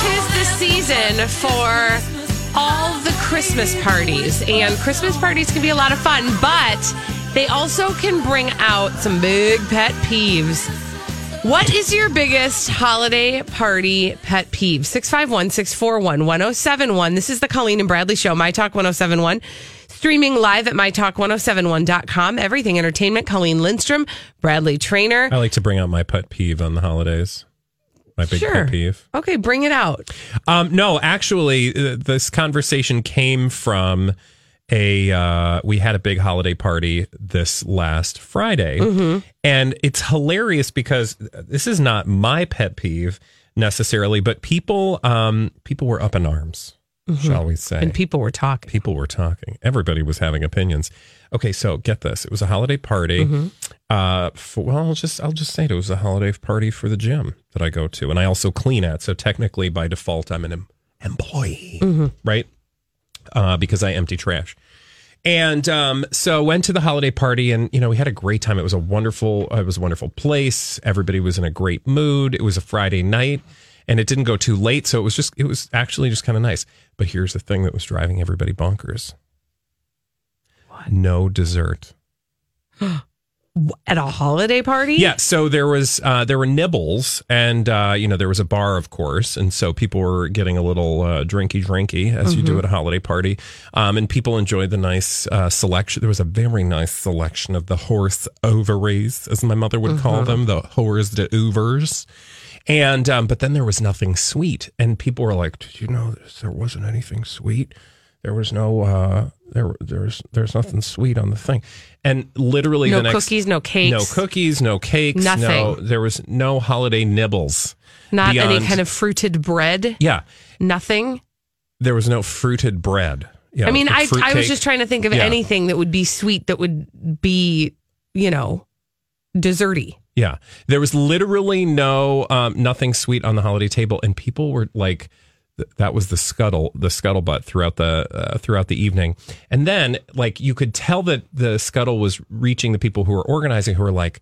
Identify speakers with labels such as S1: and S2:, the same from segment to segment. S1: Tis the season for all the Christmas parties, and Christmas parties can be a lot of fun, but they also can bring out some big pet peeves. What is your biggest holiday party pet peeve? 651 641 1071. This is the Colleen and Bradley Show, My Talk 1071. Streaming live at mytalk1071.com. Everything Entertainment, Colleen Lindstrom, Bradley Trainer.
S2: I like to bring out my pet peeve on the holidays. My big
S1: Sure.
S2: pet peeve.
S1: Okay, bring it out.
S2: Um, no, actually, th- this conversation came from a uh, we had a big holiday party this last Friday,
S1: Mm-hmm.
S2: and it's hilarious because this is not my pet peeve necessarily, but people um, people were up in arms, shall we say?
S1: Mm-hmm. And people were talking.
S2: people were talking. Everybody was having opinions. Okay, so get this. It was a holiday party. Uh, for, well, I'll just I'll just say it, it was a holiday party for the gym that I go to, and I also clean at. So technically, by default, I'm an em- employee, right? Uh, because I empty trash. And um, so went to the holiday party, and you know we had a great time. It was a wonderful, uh, it was a wonderful place. Everybody was in a great mood. It was a Friday night, and it didn't go too late, so it was just, it was actually just kind of nice. But here's the thing that was driving everybody bonkers: no dessert.
S1: At a holiday party?
S2: Yeah, so there was uh, there were nibbles, and uh, you know there was a bar, of course, and so people were getting a little uh, drinky drinky as you
S1: Mm-hmm.
S2: do at a holiday party, um, and people enjoyed the nice uh, selection. There was a very nice selection of the horse ovaries, as my mother would call
S1: Mm-hmm.
S2: them, the horse de overs. And um, but then there was nothing sweet, and people were like, "Did you know this? there wasn't anything sweet? There was no uh, there there's there's nothing sweet on the thing." And literally,
S1: No
S2: the next,
S1: cookies, no cakes.
S2: no cookies, no cakes, no.
S1: Nothing.
S2: There was no holiday nibbles.
S1: Not any
S2: beyond-
S1: kind of fruited bread.
S2: Yeah,
S1: Nothing.
S2: there was no fruited bread. Yeah,
S1: I mean,
S2: like
S1: I
S2: fruit
S1: I was
S2: cake.
S1: just trying to think of
S2: Yeah.
S1: anything that would be sweet that would be, you know, desserty.
S2: Yeah, there was literally no um, nothing sweet on the holiday table, and people were like, th- "That was the scuttle, the scuttlebutt throughout the uh, throughout the evening." And then, like, you could tell that the scuttle was reaching the people who were organizing, who were like,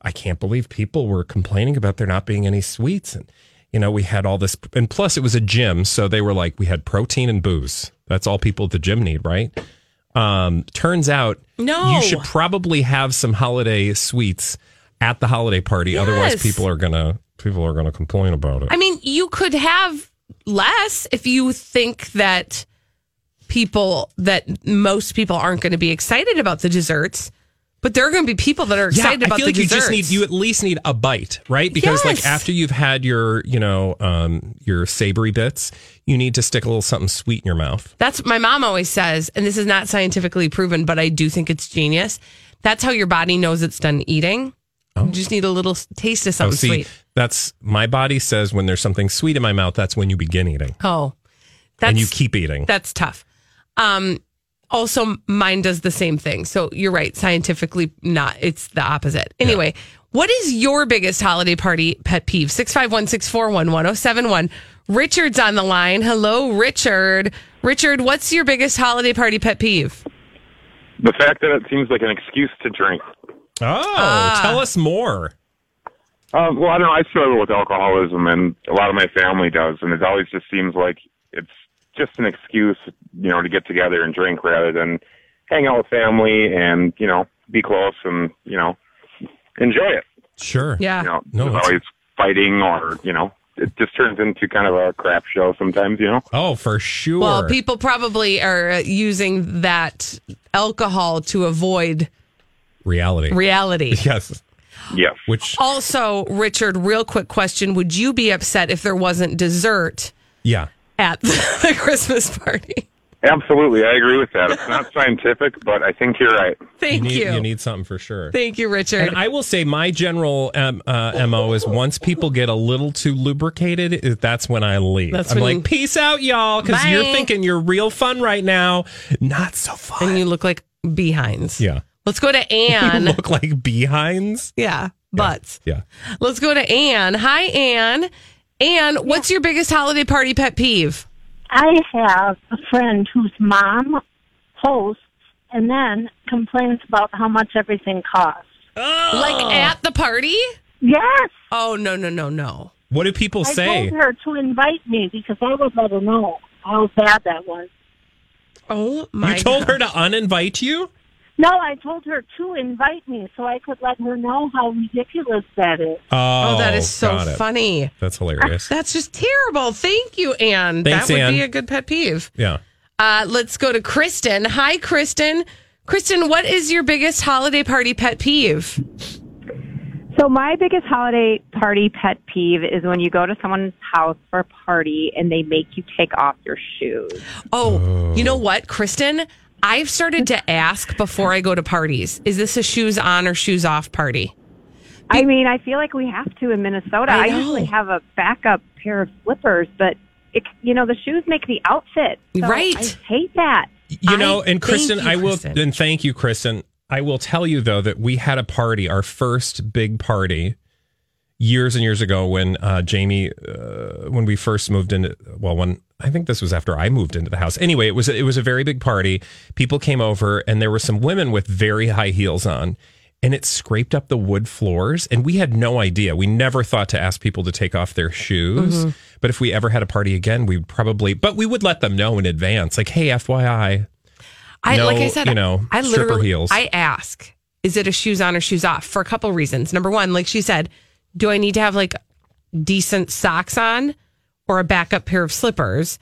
S2: "I can't believe people were complaining about there not being any sweets." And you know, we had all this, and plus, it was a gym, so they were like, "We had protein and booze. That's all people at the gym need, right?" Um, turns out,
S1: No.
S2: you should probably have some holiday sweets at the holiday party. Otherwise,
S1: Yes.
S2: people are gonna people are gonna complain about it.
S1: I mean, you could have less if you think that people that most people aren't going to be excited about the desserts, but there are going to be people that are excited
S2: I
S1: about
S2: feel
S1: the
S2: like you
S1: desserts.
S2: just need you at least need a bite, right? Because
S1: Yes.
S2: like after you've had your you know um, your savory bits, you need to stick a little something sweet in your mouth.
S1: That's my mom always says, and this is not scientifically proven, but I do think it's genius. That's how your body knows it's done eating. You just need a little s- taste of
S2: Oh,
S1: something
S2: see,
S1: sweet.
S2: that's my body says when there's something sweet in my mouth, that's when you begin eating
S1: Oh, that's
S2: and you keep eating.
S1: that's tough. Um, also, mine does the same thing. So you're right, scientifically not. It's the opposite. Anyway, what is your biggest holiday party pet peeve? Six five one six four one one zero seven one. Richard's on the line. Hello, Richard. Richard, what's your biggest holiday party pet peeve?
S3: The fact that it seems like an excuse to drink.
S2: oh,
S1: Ah.
S2: tell us more.
S3: Um, well, I don't know. I struggle with alcoholism, and a lot of my family does, and it always just seems like it's just an excuse, you know, to get together and drink rather than hang out with family and you know be close and you know enjoy it.
S2: Sure.
S1: Yeah.
S3: You know,
S2: No,
S1: Ah.
S3: there's
S2: it's-
S3: always fighting or you know it just turns into kind of a crap show sometimes, you know.
S2: Oh, for sure.
S1: Well, people probably are using that alcohol to avoid
S2: reality.
S1: reality.
S2: yes.
S3: Yes.
S2: Which,
S1: Also, Richard, real quick question: Would you be upset if there wasn't dessert
S2: yeah.
S1: at the Christmas party?
S3: Absolutely, I agree with that. It's not scientific, but I think you're right.
S1: Thank you.
S2: need, you need something for sure.
S1: Thank you, Richard.
S2: And I will say my general um, uh, mo is once people get a little too lubricated, is- that's when I leave.
S1: That's
S2: I'm
S1: when
S2: like, peace out, y'all, because
S1: Bye.
S2: you're thinking you're real fun right now. Not so fun.
S1: and you look like behinds.
S2: yeah,
S1: Let's go to
S2: you
S1: Anne.
S2: look like behinds.
S1: yeah, butts.
S2: Yeah,
S1: Let's go to Anne. Hi, Anne. Anne, what's your biggest holiday party pet peeve?
S4: I have a friend whose mom hosts and then complains about how much everything costs.
S1: Oh. Like at the party?
S4: Yes,
S1: Oh no no no no!
S2: what do people
S4: I
S2: say?
S4: told her to invite me because I would let her know how bad that was.
S1: Oh my!
S2: You told
S1: God.
S2: her to uninvite you.
S4: No, I told her to invite me so I could let her know how ridiculous that is.
S1: Oh, that is so
S2: got it.
S1: funny.
S2: That's hilarious.
S1: That's just terrible. Thank you, Anne.
S2: Thanks,
S1: that would be
S2: Anne.
S1: a good pet peeve.
S2: yeah.
S1: Uh, let's go to Kristen. Hi, Kristen. Kristen, what is your biggest holiday party pet peeve?
S5: So my biggest holiday party pet peeve is when you go to someone's house for a party and they make you take off your shoes.
S1: Oh, you know what, Kristen? I've started to ask before I go to parties is this a shoes on or shoes off party?
S5: I mean, I feel like we have to in Minnesota.
S1: I
S5: I,
S1: know.
S5: usually have a backup pair of slippers, but it, you know the shoes make the outfit. So
S1: Right.
S5: I hate that.
S2: you know,
S1: I-
S2: and
S1: thank
S2: Kristen,
S1: you,
S2: I will,
S1: Kristen.
S2: and thank you, Kristen. I will tell you though that we had a party, our first big party, years and years ago when uh, Jamie, uh, when we first moved into, well, when I think this was after I moved into the house. Anyway, it was it was a very big party. People came over, and there were some women with very high heels on. And it scraped up the wood floors, and we had no idea. We never thought to ask people to take off their
S1: Mm-hmm.
S2: shoes. But if we ever had a party again, we would probably, but we would let them know in advance, like, "Hey, FYI,
S1: I
S2: No,
S1: like I said,
S2: you know,
S1: I
S2: stripper
S1: literally
S2: heels.
S1: I ask, is it a shoes on or shoes off for a couple reasons. Number one, like she said, do I need to have like decent socks on or a backup pair of slippers?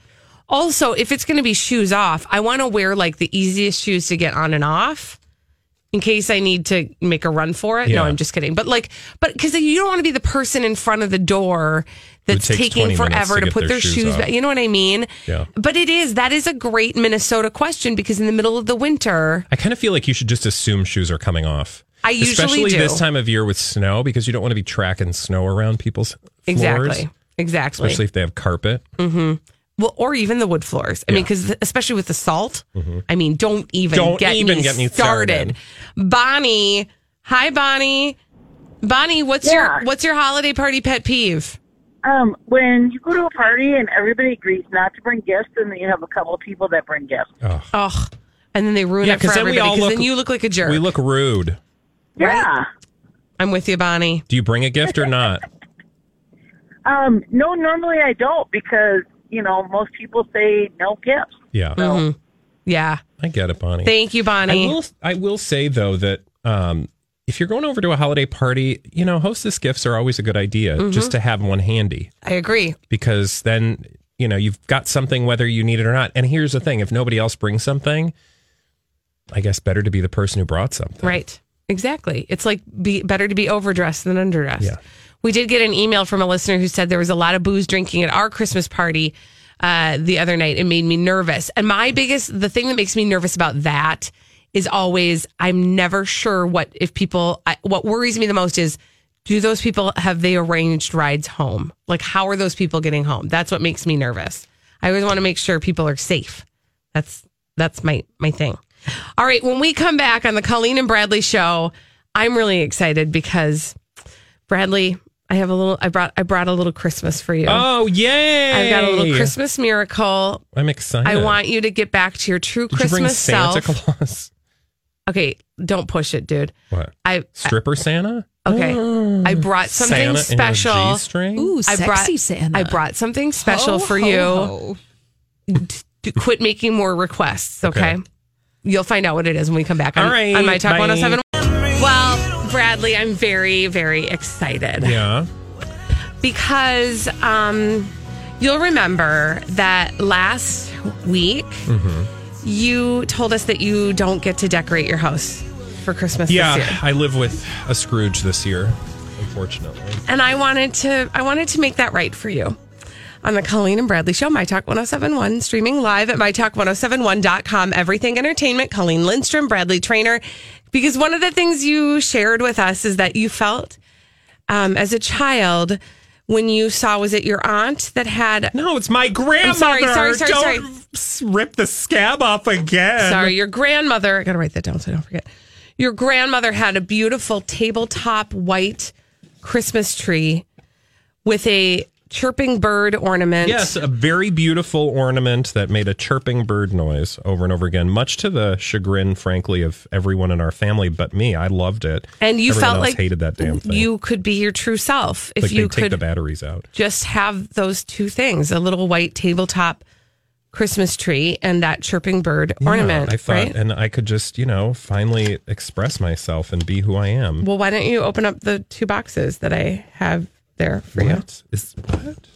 S1: Also, if it's going to be shoes off, I want to wear like the easiest shoes to get on and off in case I need to make a run for it. No,
S2: Yeah.
S1: I'm just kidding. But like, but because you don't want to be the person in front of the door that's
S2: takes
S1: taking
S2: 20 minutes
S1: forever
S2: to
S1: to,
S2: get
S1: put their,
S2: their shoes
S1: shoes
S2: off.
S1: back. You know what I mean?
S2: Yeah.
S1: But it is, that is a great Minnesota question because in the middle of the winter,
S2: I kind of feel like you should just assume shoes are coming off.
S1: I usually
S2: Especially
S1: do.
S2: this time of year with snow because you don't want to be tracking snow around people's floors,
S1: exactly. Exactly.
S2: especially if they have carpet.
S1: well, or even the wood floors. I mean, because especially with the salt, I mean, don't even
S2: Mm-hmm. Don't
S1: get
S2: even
S1: me
S2: get me
S1: started.
S2: started.
S1: Bonnie, hi, Bonnie. Bonnie, what's
S6: Yeah.
S1: your what's your holiday party pet peeve?
S6: Um, when you go to a party and everybody agrees not to bring gifts, and then you have a couple of people that bring gifts.
S1: Ugh. And then they ruin
S2: Yeah,
S1: it for
S2: 'cause then we
S1: everybody.
S2: all
S1: Because
S2: look-
S1: then you look like a jerk.
S2: We look rude.
S6: Yeah.
S1: I'm with you, Bonnie.
S2: Do you bring a gift or not?
S6: Um, no, normally I don't because you know most people say no gifts.
S2: Yeah.
S1: Yeah.
S2: I get it, Bonnie.
S1: Thank you, Bonnie.
S2: I will, I will say though that um, if you're going over to a holiday party, you know, hostess gifts are always a good idea
S1: Mm-hmm.
S2: just to have one handy
S1: I agree.
S2: because then, you know, you've got something whether you need it or not. And here's the thing if nobody else brings something, I guess better to be the person who brought something.
S1: Right. Exactly. It's like be better to be overdressed than underdressed.
S2: Yeah.
S1: We did get an email from a listener who said there was a lot of booze drinking at our Christmas party uh, the other night. It made me nervous. And my biggest, the thing that makes me nervous about that is always I'm never sure what if people. I, what worries me the most is do those people have they arranged rides home? Like how are those people getting home? That's what makes me nervous. I always want to make sure people are safe. That's that's my my thing. All right, when we come back on the Colleen and Bradley show, I'm really excited because Bradley, I have a little I brought I brought a little Christmas for you.
S2: Oh, yay.
S1: I've got a little Christmas miracle.
S2: I'm excited.
S1: I want you to get back to your true
S2: Did
S1: Christmas
S2: you bring Santa
S1: self.
S2: Claus?
S1: Okay, don't push it, dude.
S2: What?
S1: I
S2: Stripper Santa? Oh.
S1: okay. I brought something
S2: Santa In a
S1: special.
S2: G-string?
S7: Ooh,
S1: I
S7: sexy
S1: brought-
S7: Santa.
S1: I brought something special
S7: Ho,
S1: for
S7: ho,
S1: you.
S7: ho.
S1: D- Quit making more requests, okay?
S2: Okay.
S1: You'll find out what it is when we come back on,
S2: All right,
S1: on my oh top
S2: bye.
S1: 107. Well, Bradley, I'm very, very excited.
S2: Yeah.
S1: because um, you'll remember that last week
S2: Mm-hmm.
S1: you told us that you don't get to decorate your house for Christmas this
S2: Yeah,
S1: year.
S2: I live with a Scrooge this year, unfortunately.
S1: And I wanted to I wanted to make that right for you. On the Colleen and Bradley Show, My Talk 1071, streaming live at MyTalk1071.com. Everything Entertainment, Colleen Lindstrom, Bradley Trainer. Because one of the things you shared with us is that you felt um, as a child when you saw, was it your aunt that had
S2: No, it's my grandmother.
S1: sorry, sorry, sorry,
S2: Don't s- rip the scab off again.
S1: Sorry, your grandmother. I gotta write that down so I don't forget. Your grandmother had a beautiful tabletop white Christmas tree with a chirping bird ornament.
S2: Yes, a very beautiful ornament that made a chirping bird noise over and over again, much to the chagrin, frankly, of everyone in our family but me. I loved it.
S1: and you
S2: Everyone
S1: felt
S2: else
S1: like
S2: hated that damn thing.
S1: You could be your true self if
S2: like they
S1: you
S2: take the
S1: could
S2: batteries out.
S1: just have those two things: a little white tabletop Christmas tree and that chirping bird ornament.
S2: Uh, I thought,
S1: right?
S2: and I could just, you know, finally express myself and be who I am.
S1: Well, why don't you open up the two boxes that I have there for you?
S2: What is what?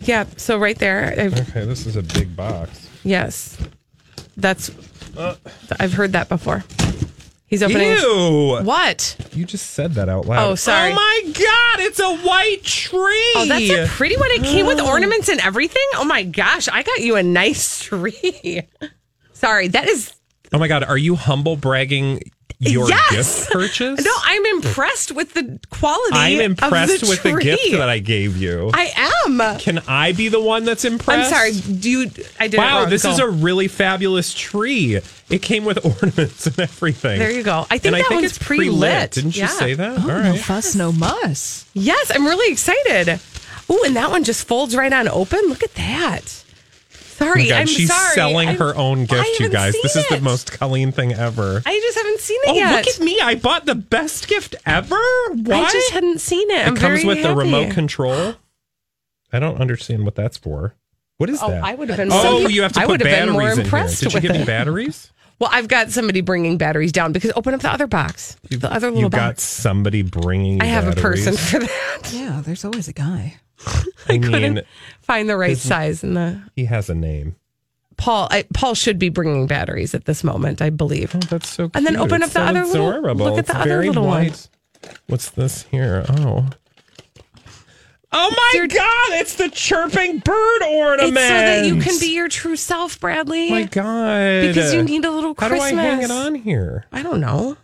S1: Yeah. So right there, I've
S2: Okay, this is a big box.
S1: Yes. That's I've heard that before. He's opening
S2: Ew!
S1: What?
S2: You just said that out loud.
S1: Oh, sorry.
S2: Oh my God! It's a white tree.
S1: Oh, that's a pretty one. It came with ornaments and everything. Oh my gosh, I got you a nice tree. Sorry, that is
S2: Oh my God! Are you humble bragging your
S1: Yes!
S2: gift purchase?
S1: No, I'm impressed with the quality.
S2: I'm impressed
S1: of the
S2: with the gift
S1: tree.
S2: that I gave you.
S1: I am.
S2: Can I be the one that's
S1: I'm
S2: impressed?
S1: sorry. Do you I did it
S2: Wow,
S1: wrong.
S2: this
S1: Go.
S2: is a really fabulous tree. It came with ornaments and everything.
S1: There you go. I think
S2: and I
S1: that
S2: think
S1: one's
S2: it's
S1: pre-lit.
S2: Didn't
S1: Yeah.
S2: you say that?
S7: Oh,
S2: All
S7: no
S2: right.
S7: fuss, no muss.
S1: Yes, I'm really excited. Oh, and that one just folds right on open. Look at that.
S2: Oh
S1: Sorry,
S2: my God,
S1: I'm
S2: she's
S1: sorry.
S2: selling
S1: I'm-
S2: her own
S1: I
S2: gift, you
S1: haven't
S2: guys.
S1: seen
S2: This is the
S1: it.
S2: most Colleen thing ever.
S1: I just haven't seen it
S2: oh,
S1: yet.
S2: look at me! I bought the best gift ever. Why?
S1: I just hadn't seen it.
S2: it
S1: I'm
S2: comes
S1: very
S2: with the
S1: happy.
S2: remote control. I don't understand what that's for. What is
S1: Oh,
S2: that?
S1: I would have been.
S2: Oh,
S1: some-
S2: you have to
S1: I would
S2: put
S1: have been
S2: batteries
S1: more
S2: in
S1: impressed
S2: here. Did you
S1: with
S2: give me
S1: it.
S2: batteries?
S1: Well, I've got somebody bringing batteries down because open up the other box, the other little
S2: You got
S1: box.
S2: somebody bringing.
S1: I have
S2: batteries.
S1: a person for that.
S7: Yeah, there's always a guy.
S2: I
S1: couldn't-
S2: mean,
S1: Find the right size and the
S2: he has a name.
S1: Paul. I, Paul should be bringing batteries at this moment, I believe.
S2: Oh, that's so.
S1: And then
S2: cute.
S1: open
S2: It's
S1: up the
S2: so
S1: other little-
S2: adorable.
S1: look at
S2: It's
S1: the other
S2: very
S1: little one.
S2: light. What's this here? Oh. Oh my
S1: your-
S2: God! It's the chirping bird ornament.
S1: It's so that you can be your true self, Bradley.
S2: Oh my God!
S1: because you need a little
S2: How
S1: Christmas.
S2: do I hang it on here?
S1: I don't know.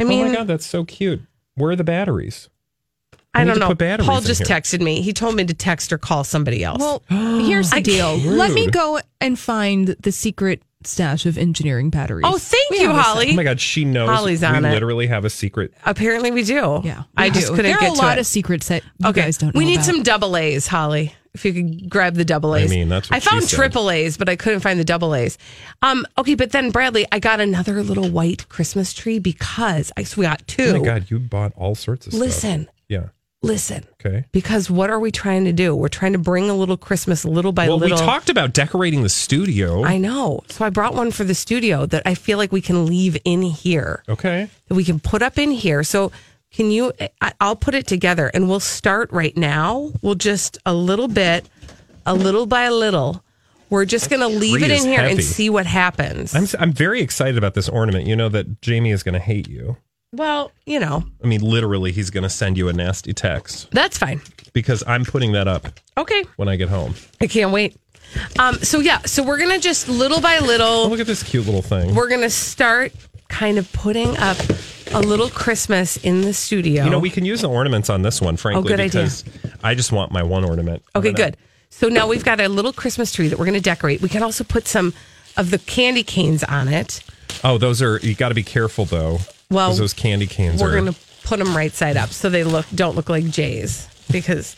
S1: I mean,
S2: oh my God, that's so cute. Where are the batteries?
S1: I
S2: need
S1: don't
S2: to
S1: know.
S2: put batteries
S1: Paul
S2: in
S1: just
S2: here.
S1: texted me. He told me to text or call somebody else.
S7: Well, here's the
S1: I
S7: deal.
S1: can't.
S7: Let me
S2: Rude.
S7: go and find the secret stash of engineering batteries.
S1: oh, thank
S7: We
S1: you,
S7: have a
S1: Holly.
S2: Oh my God, she knows.
S1: Holly's on
S2: we
S1: it.
S2: literally have a secret.
S1: Apparently, we do.
S7: set. Yeah,
S1: I
S7: we
S1: just
S7: do.
S1: couldn't
S7: There
S1: get
S7: are a
S1: to
S7: lot
S1: it.
S7: of secrets that you guys don't.
S1: we
S7: know
S1: need
S7: about.
S1: some double A's, Holly. If you could grab the double
S2: I
S1: A's.
S2: mean, that's what
S1: I found
S2: she said.
S1: triple A's, but I couldn't find the double A's. Um, okay, but then Bradley, I got another little white Christmas tree because I so we got two.
S2: Oh my God, you bought all sorts of stuff.
S1: Listen,
S2: Yeah.
S1: listen.
S2: Okay.
S1: Because what are we trying to do? We're trying to bring a little Christmas little by
S2: well,
S1: little.
S2: we talked about decorating the studio.
S1: I know. So I brought one for the studio that I feel like we can leave in here.
S2: okay.
S1: that we can put up in here. So can you? I- I'll put it together, and we'll start right now. We'll just a little bit, a little by little. We're just going to leave it
S2: tree
S1: in
S2: is
S1: here and
S2: heavy.
S1: see what happens.
S2: I'm s- I'm very excited about this ornament. You know that Jamie is going to hate you.
S1: well, you know,
S2: I mean, literally, he's going to send you a nasty text
S1: that's fine.
S2: because I'm putting that up
S1: Okay,
S2: when I get home.
S1: I can't wait. Um, so yeah, so we're gonna just little by
S2: Oh,
S1: little,
S2: look at this cute little thing.
S1: we're gonna start kind of putting up a little Christmas in the studio.
S2: You know, we can use the ornaments on this one, frankly,
S1: Oh, good idea.
S2: because I just want my one ornament. I'm
S1: Okay,
S2: gonna-
S1: good. So now we've got a little Christmas tree that we're going to decorate. We can also put some of the candy canes on it.
S2: Oh, those are you got to be careful though.
S1: Well,
S2: 'cause those candy canes
S1: We're
S2: are.
S1: going to put them right side up so they look don't look like J's because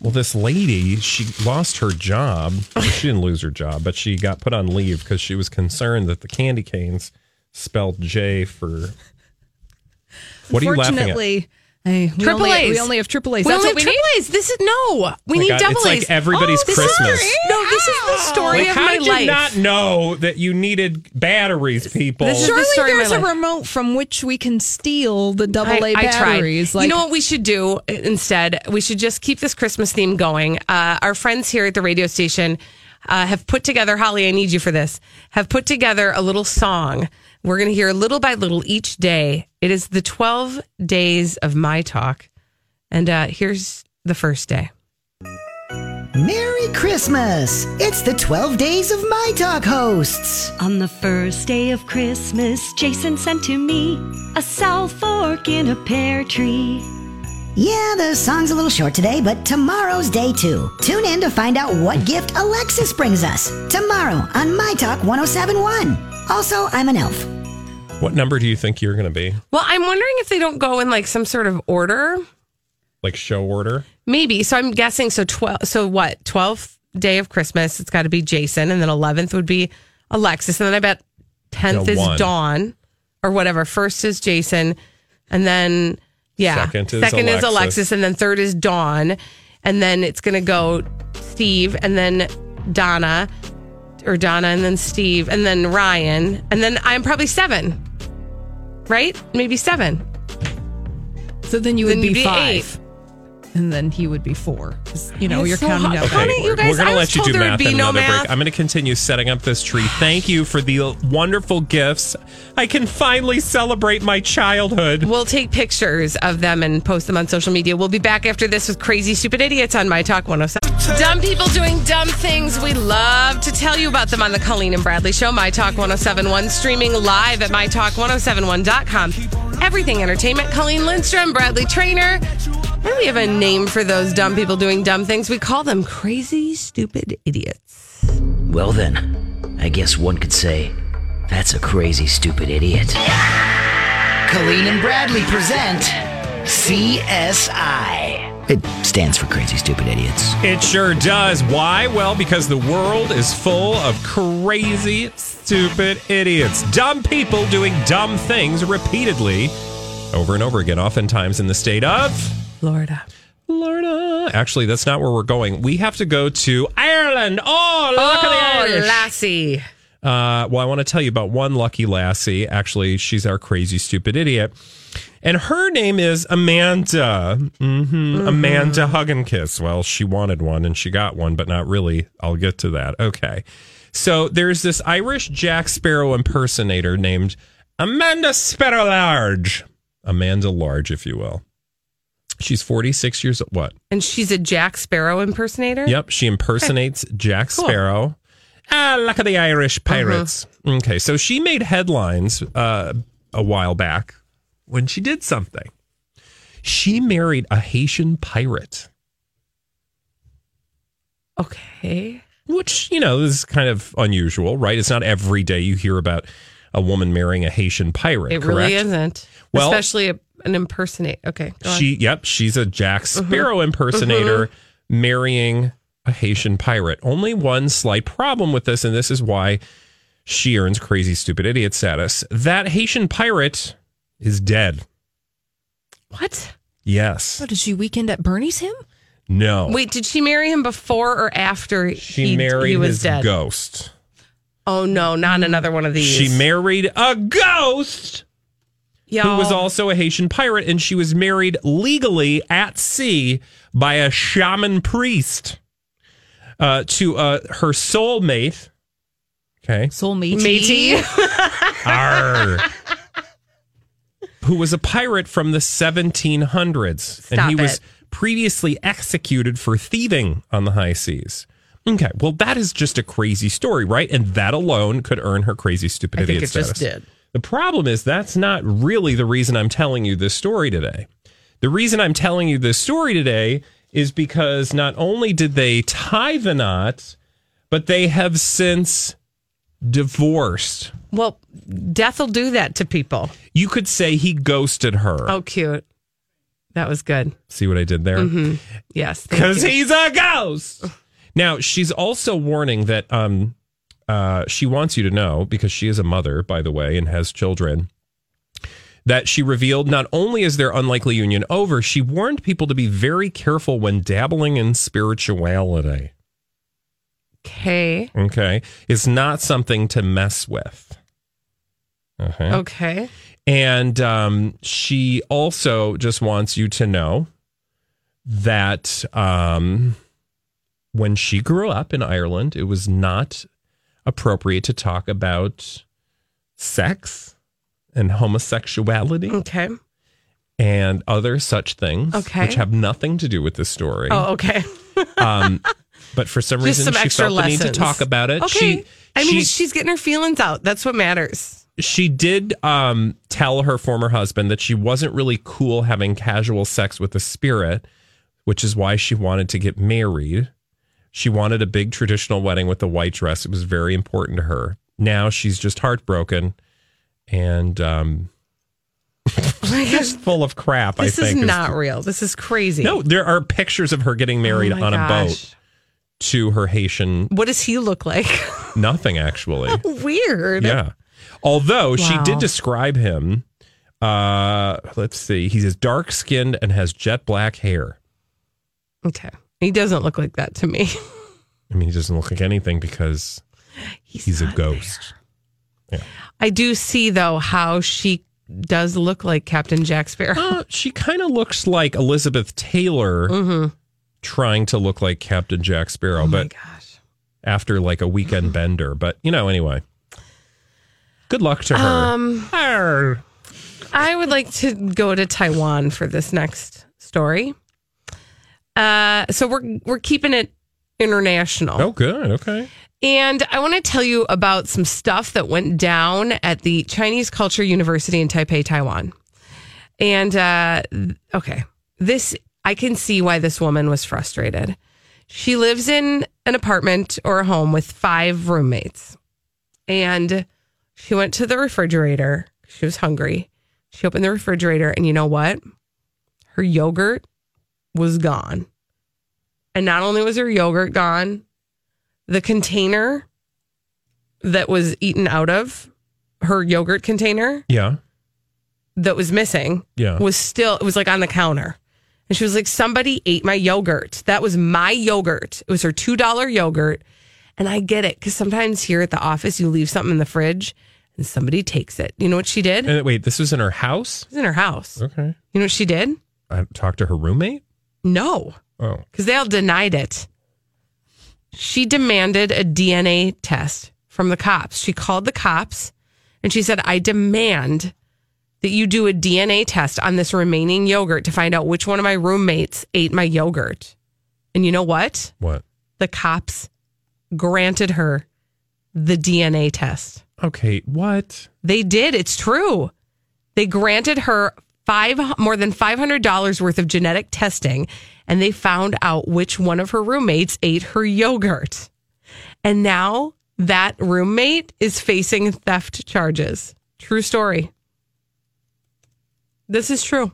S2: Well, this lady, she lost her job. she didn't lose her job, but she got put on leave because she was concerned that the candy canes spelled J for. What are you laughing at?
S7: Fortunately, Hey, we
S1: Triple
S7: only,
S1: A's.
S7: We only have triple A's.
S1: We
S7: That's
S1: only
S7: what we
S1: have triple A's. This is no. We
S2: Oh my
S1: need
S2: God,
S1: double
S2: it's like
S1: A's. Oh,
S2: everybody's
S1: this is-
S2: Christmas.
S1: no, this is the story
S2: Like,
S1: of
S2: how
S1: my
S2: did you
S1: life.
S2: not know that you needed batteries, people?
S1: This
S7: need.
S1: is-
S7: Surely
S1: story of my
S7: there's a
S1: life.
S7: remote from which we can steal the double A
S1: I- I tried.
S7: batteries. Like,
S1: you know what we should do uh, instead? We should just keep this Christmas theme going. Uh, our friends here at the radio station uh, have put together, Holly, I need you for this, have put together a little song. We're going to hear little by little each day. It is the 12 days of my talk. And uh, here's the first day.
S8: Merry Christmas! It's the 12 Days of My Talk hosts.
S9: On the first day of Christmas, Jason sent to me a south fork in a pear tree.
S8: Yeah, the song's a little short today, but tomorrow's day two. Tune in to find out what gift Alexis brings us tomorrow on My Talk 1071. Also, I'm an elf.
S2: what number do you think you're going to be?
S1: Well, I'm wondering if they don't go in like some sort of order.
S2: Like show order?
S1: Maybe. So I'm guessing. So twelve. So what? Twelfth day of Christmas. It's got to be Jason, and then eleventh would be Alexis, and then I bet tenth
S2: No,
S1: is
S2: one.
S1: Dawn or whatever. First is Jason, and then yeah,
S2: Second is
S1: Alexis.
S2: Alexis,
S1: and then third is Dawn, and then it's gonna go Steve, and then Donna, or Donna, and then Steve, and then Ryan, and then I'm probably seven, right? Maybe seven.
S7: so then you would
S1: then
S7: be,
S1: you'd be
S7: five, and then he would be four. 'Cause, You know,
S1: It's
S7: you're
S1: so
S7: counting
S1: hard.
S7: down.
S1: How did you
S2: we're,
S1: guys-
S2: we're
S1: I
S2: gonna
S1: was
S2: let you
S1: told
S2: do
S1: there would
S2: math
S1: be
S2: in
S1: no
S2: another
S1: math.
S2: break. I'm going to continue setting up this tree. Thank you for the wonderful gifts. I can finally celebrate my childhood.
S1: We'll take pictures of them and post them on social media. We'll be back after this with Crazy Stupid Idiots on My Talk 107. Dumb people doing dumb things. We love to tell you about them on the Colleen and Bradley Show, My Talk 1071, streaming live at MyTalk1071.com. Everything Entertainment, Colleen Lindstrom, Bradley Trainer. And we have a name for those dumb people doing dumb things. We call them Crazy Stupid Idiots.
S10: Well, then, I guess one could say that's a crazy, stupid idiot.
S8: Colleen and Bradley present CSI.
S10: It stands for crazy, stupid idiots.
S2: It sure does. Why? Well, because the world is full of crazy, stupid idiots. Dumb people doing dumb things repeatedly over and over again, oftentimes in the state of
S1: Florida.
S2: Florida. Actually, that's not where we're going. We have to go to Ireland. Oh, look at the
S1: Oh,
S2: Irish.
S1: Lassie.
S2: Uh, well, I want to tell you about one lucky lassie. Actually, she's our crazy, stupid idiot. And her name is Amanda. hmm Amanda Hug and Kiss. Well, she wanted one and she got one, but not really. I'll get to that. Okay. So there's this Irish Jack Sparrow impersonator named Amanda Sparrow Large. Amanda Large, if you will. She's 46 years old. What?
S1: And she's a Jack Sparrow impersonator?
S2: Yep, she impersonates Jack Sparrow. Ah, luck of the Irish
S1: Uh-huh.
S2: pirates. Okay, so she made headlines uh, a while back when she did something. She married a Haitian pirate,
S1: Okay.
S2: which, you know, is kind of unusual, right? It's not every day you hear about a woman marrying a Haitian pirate.
S1: It
S2: correct?
S1: really isn't.
S2: Well-
S1: Especially a, an impersonate. Okay. go on. Mm-hmm.
S2: She, yep, she's a Jack Sparrow impersonator marrying a Haitian pirate. Only one slight problem with this, and this is why she earns crazy, stupid idiot status. That Haitian pirate is dead.
S1: what?
S2: Yes.
S7: What, did she weekend at Bernie's him?
S2: No.
S1: Wait, did she marry him before or after
S2: she
S1: he,
S2: married
S1: he was
S2: his
S1: dead?
S2: ghost.
S1: Oh no, not another one of these.
S2: She married a ghost
S1: Y'all,
S2: who was also a Haitian pirate, and she was married legally at sea by a shaman priest uh, to uh, her soulmate. Okay.
S7: Soulmate.
S1: matey.
S2: Arr. who was a pirate from the 1700s and
S1: Stop
S2: he was
S1: it.
S2: previously executed for thieving on the high seas okay well that is just a crazy story right and that alone could earn her crazy stupid
S1: I think
S2: idiot
S1: it
S2: status
S1: just did.
S2: the problem is that's not really the reason i'm telling you this story today the reason i'm telling you this story today is because not only did they tie the knot but they have since divorced
S1: Well, death will do that to people.
S2: you could say he ghosted her.
S1: Oh, cute. That was good.
S2: See what I did there?
S1: Yes. Mm-hmm. thank
S2: Because
S1: you.
S2: he's a ghost. Now, she's also warning that um, uh, she wants you to know, because she is a mother, by the way, and has children, that she revealed not only is their unlikely union over, she warned people to be very careful when dabbling in spirituality.
S1: Okay.
S2: Okay. It's not something to mess with. Uh-huh.
S1: Okay.
S2: And um, she also just wants you to know that um, when she grew up in Ireland, it was not appropriate to talk about sex and homosexuality
S1: Okay.
S2: and other such things,
S1: Mm. Okay.
S2: which have nothing to do with this story.
S1: Oh, okay.
S2: um, but for some
S1: Just
S2: reason,
S1: some
S2: she
S1: extra
S2: felt
S1: lessons.
S2: the need to talk about it.
S1: Okay.
S2: She,
S1: I mean,
S2: she-
S1: she's getting her feelings out. That's what matters.
S2: she did um, tell her former husband that she wasn't really cool having casual sex with a spirit, which is why she wanted to get married. She wanted a big traditional wedding with a white dress. It was very important to her. Now she's just heartbroken and um, just full of crap.
S1: This
S2: I
S1: is
S2: think
S1: not real. This is crazy.
S2: No, there are pictures of her getting married
S1: Oh my
S2: on a
S1: gosh.
S2: boat to her Haitian.
S1: What does he look like?
S2: Nothing actually.
S1: Weird.
S2: Yeah. Although she
S1: Wow.
S2: did describe him, uh, let's see, he's dark skinned and has jet black hair.
S1: Okay. He doesn't look like that to me.
S2: I mean, he doesn't look like anything because he's, a ghost.
S1: I do see though how she does look like Captain Jack Sparrow. Oh
S2: Uh, she kind of looks like Elizabeth Taylor
S1: Mm-hmm.
S2: trying to look like Captain Jack
S1: Oh
S2: Sparrow, but after like a
S1: Mm-hmm.
S2: weekend bender. But you know, anyway, good luck to her.
S1: Um,
S2: Arr.
S1: I would like to go to Taiwan for this next story. Uh, so we're we're keeping it international.
S2: oh, good. Okay.
S1: And I want to tell you about some stuff that went down at the Chinese Culture University in Taipei, Taiwan. And uh, th- okay, this I can see why this woman was frustrated. She lives in an apartment or a home with five roommates, and she went to the refrigerator. She was hungry. She opened the refrigerator, and you know what? Her yogurt was gone. And not only was her yogurt gone, the container that was eaten out of her yogurt container
S2: Yeah.
S1: that was missing
S2: Yeah.
S1: was still it was like on the counter and she was like somebody ate my yogurt that was my yogurt it was her two dollar yogurt and i get it because sometimes here at the office you leave something in the fridge and somebody takes it you know what she did it
S2: And wait, this was in her house?
S1: was in her house
S2: Okay.
S1: you know what she did
S2: I talked to her roommate?
S1: no
S2: Oh.
S1: because they all denied it. She demanded a DNA test from the cops. She called the cops and she said, I demand that you do a DNA test on this remaining yogurt to find out which one of my roommates ate my yogurt. And you know what?
S2: What?
S1: The cops granted her the DNA test.
S2: Okay. What?
S1: They did. It's true. They granted her five more than five hundred dollars worth of genetic testing, and they found out which one of her roommates ate her yogurt. And now that roommate is facing theft charges. True story. This is true.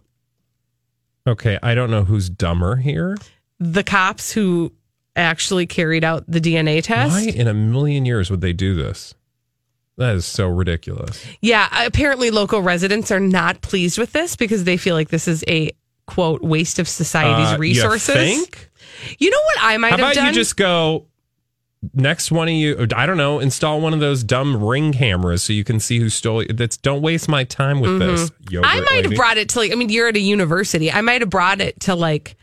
S2: Okay, I don't know who's dumber here.
S1: The cops who actually carried out the DNA test.
S2: Why in a million years would they do this? That is so ridiculous.
S1: Yeah, apparently local residents are not pleased with this because they feel like this is a quote waste of society's
S2: Uh, you
S1: resources.
S2: think?
S1: You know what I might
S2: How
S1: have
S2: about
S1: done?
S2: you just go next one of you? I don't know. Install one of those dumb ring cameras so you can see who stole it. That's don't waste my time with this. Yogurt
S1: Mm-hmm. I might have
S2: lady.
S1: brought it to like I mean you're at a university. I might have brought it to like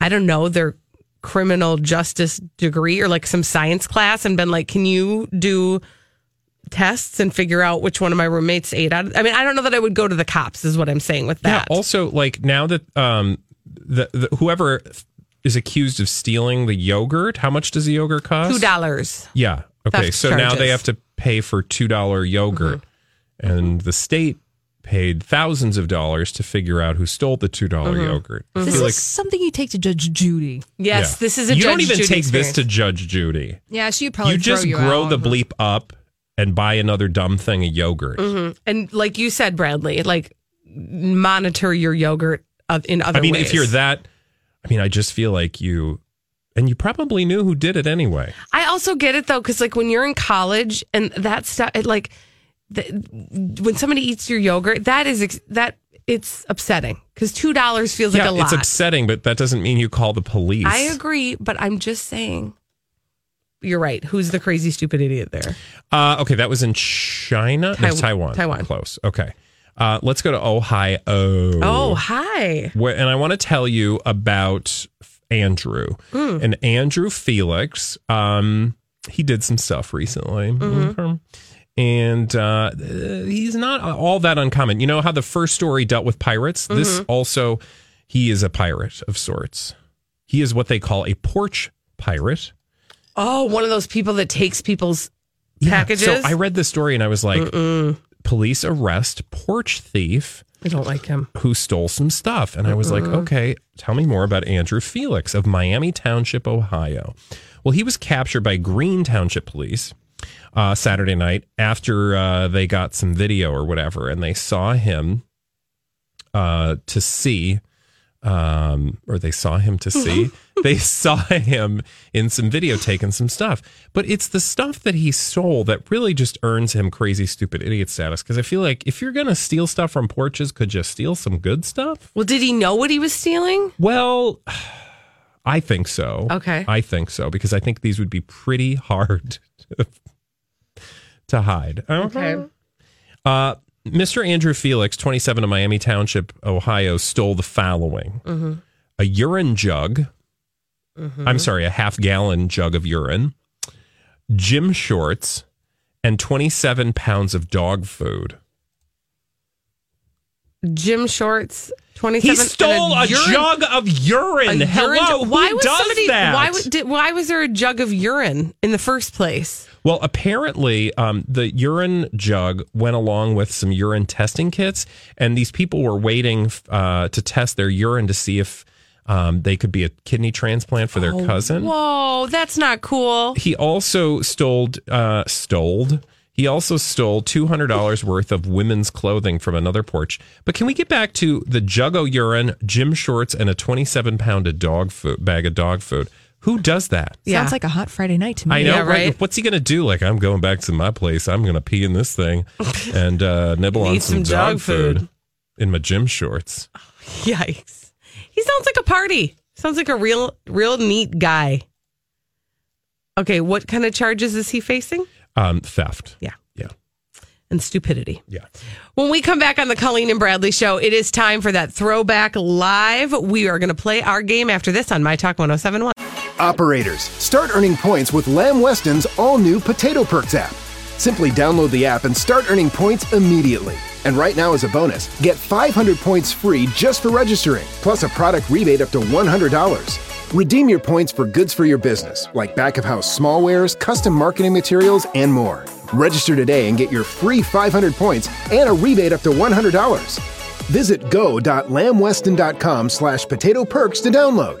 S1: I don't know their criminal justice degree or like some science class and been like, can you do tests and figure out which one of my roommates ate out? Of? I mean, I don't know that I would go to the cops. Is what I'm saying with
S2: Yeah.
S1: that.
S2: Also, like now that um, the, the whoever is accused of stealing the yogurt, how much does the yogurt cost?
S1: Two dollars.
S2: Yeah. Okay.
S1: Theft
S2: So now they
S1: charges. Mm-hmm.
S2: have to pay for two dollar yogurt, and the state paid thousands of dollars to figure out who stole the two yogurt. I feel
S7: This is
S2: like-
S7: something you take to Judge Judy.
S1: Mm-hmm. Yes,
S2: yeah.
S1: this is a
S2: You
S1: Judge
S2: don't even
S1: Judy
S2: take
S1: experience.
S2: this to Judge Judy.
S7: Yeah, she'd probably
S2: you
S7: throw
S2: just
S7: you
S2: grow
S7: out.
S2: the bleep up and buy another dumb thing of yogurt.
S1: Mhm. And like you said, Bradley, like monitor your yogurt of, in other
S2: I mean, if
S1: ways.
S2: you're that, I mean, I just feel like you, and you probably knew who did it anyway.
S1: I also get it though, because like when you're in college and that stuff, it, like th- when somebody eats your yogurt, that is ex- that it's upsetting because two dollars feels like a lot.
S2: it's upsetting, but that doesn't mean you call the police.
S1: I agree, but I'm just saying. You're right. Who's the crazy stupid idiot there?
S2: Uh, okay, that was in China.
S1: Tai-
S2: That's Taiwan.
S1: Taiwan.
S2: Close. Okay. Uh, let's go to Ohio.
S1: Oh, hi.
S2: Wh- and I want to tell you about Andrew
S1: Mm.
S2: and Andrew Felix. Um, he did some stuff recently,
S1: Mhm.
S2: and uh, he's not all that uncommon. You know how the first story dealt with pirates. This
S1: Mhm.
S2: also, he is a pirate of sorts. He is what they call a porch pirate.
S1: Oh, one of those people that takes people's packages.
S2: So I read the story and I was like, police arrest porch thief
S1: I don't like him.
S2: who stole some stuff. And I was like,
S1: Mm-mm.
S2: okay, tell me more about Andrew Felix of Miami Township, Ohio. Well, he was captured by Green Township police uh, Saturday night after uh, they got some video or whatever, and they saw him uh, to see, um, or they saw him to see. they saw him in some video taking some stuff, but it's the stuff that he stole that really just earns him crazy, stupid idiot status. Because I feel like if you're gonna steal stuff from porches, could you steal some good stuff?
S1: Well, did he know what he was stealing?
S2: Well. I think so.
S1: Okay.
S2: I think so because I think these would be pretty hard to, to hide. Uh-huh.
S1: Okay.
S2: Uh, Mr. Andrew Felix, 27 of Miami Township, Ohio, stole the following
S1: Mm-hmm.
S2: a urine jug.
S1: Mhm.
S2: I'm sorry, a half gallon jug of urine, gym shorts, and 27 pounds of dog food.
S1: Gym shorts.
S2: He
S1: Twenty-seven. and
S2: stole a,
S1: urine-
S2: jug of
S1: a
S2: urine.
S1: urine
S2: Hello,
S1: ju- why
S2: who
S1: was
S2: does
S1: somebody?
S2: that?
S1: Why was did, why was there a jug of urine in the first place?
S2: Well, apparently, um, the urine jug went along with some urine testing kits, and these people were waiting uh, to test their urine to see if um, they could be a kidney transplant for their cousin.
S1: Whoa, that's not cool.
S2: He also stole, uh, stole. He also stole two hundred dollars worth of women's clothing from another porch. But can we get back to the juggo urine, gym shorts, and a twenty-seven pound of dog food bag of dog food? Who does that?
S7: Sounds like a hot Friday night to me.
S2: I know, right? What's he going to do? Like, I'm going back to my place. I'm going to pee in this thing and uh, nibble
S1: And
S2: on
S1: eat
S2: some,
S1: some
S2: dog,
S1: dog
S2: food.
S1: food.
S2: in my gym shorts.
S1: Yikes. He sounds like a party. Sounds like a real real neat guy. Okay, what kind of charges is he facing?
S2: Um, theft.
S1: Yeah.
S2: Yeah.
S1: And stupidity.
S2: Yeah.
S1: When we come back on the Colleen and Bradley show, it is time for that throwback live. We are going to play our game after this on My Talk 1071.
S11: Operators, start earning points with Lamb Weston's all new Potato Perks app. Simply download the app and start earning points immediately. And right now, as a bonus, get 500 points free just for registering, plus a product rebate up to $100. Redeem your points for goods for your business, like back of house smallwares, custom marketing materials, and more. Register today and get your free 500 points and a rebate up to $100. Visit go.lamweston.com slash potato perks to download.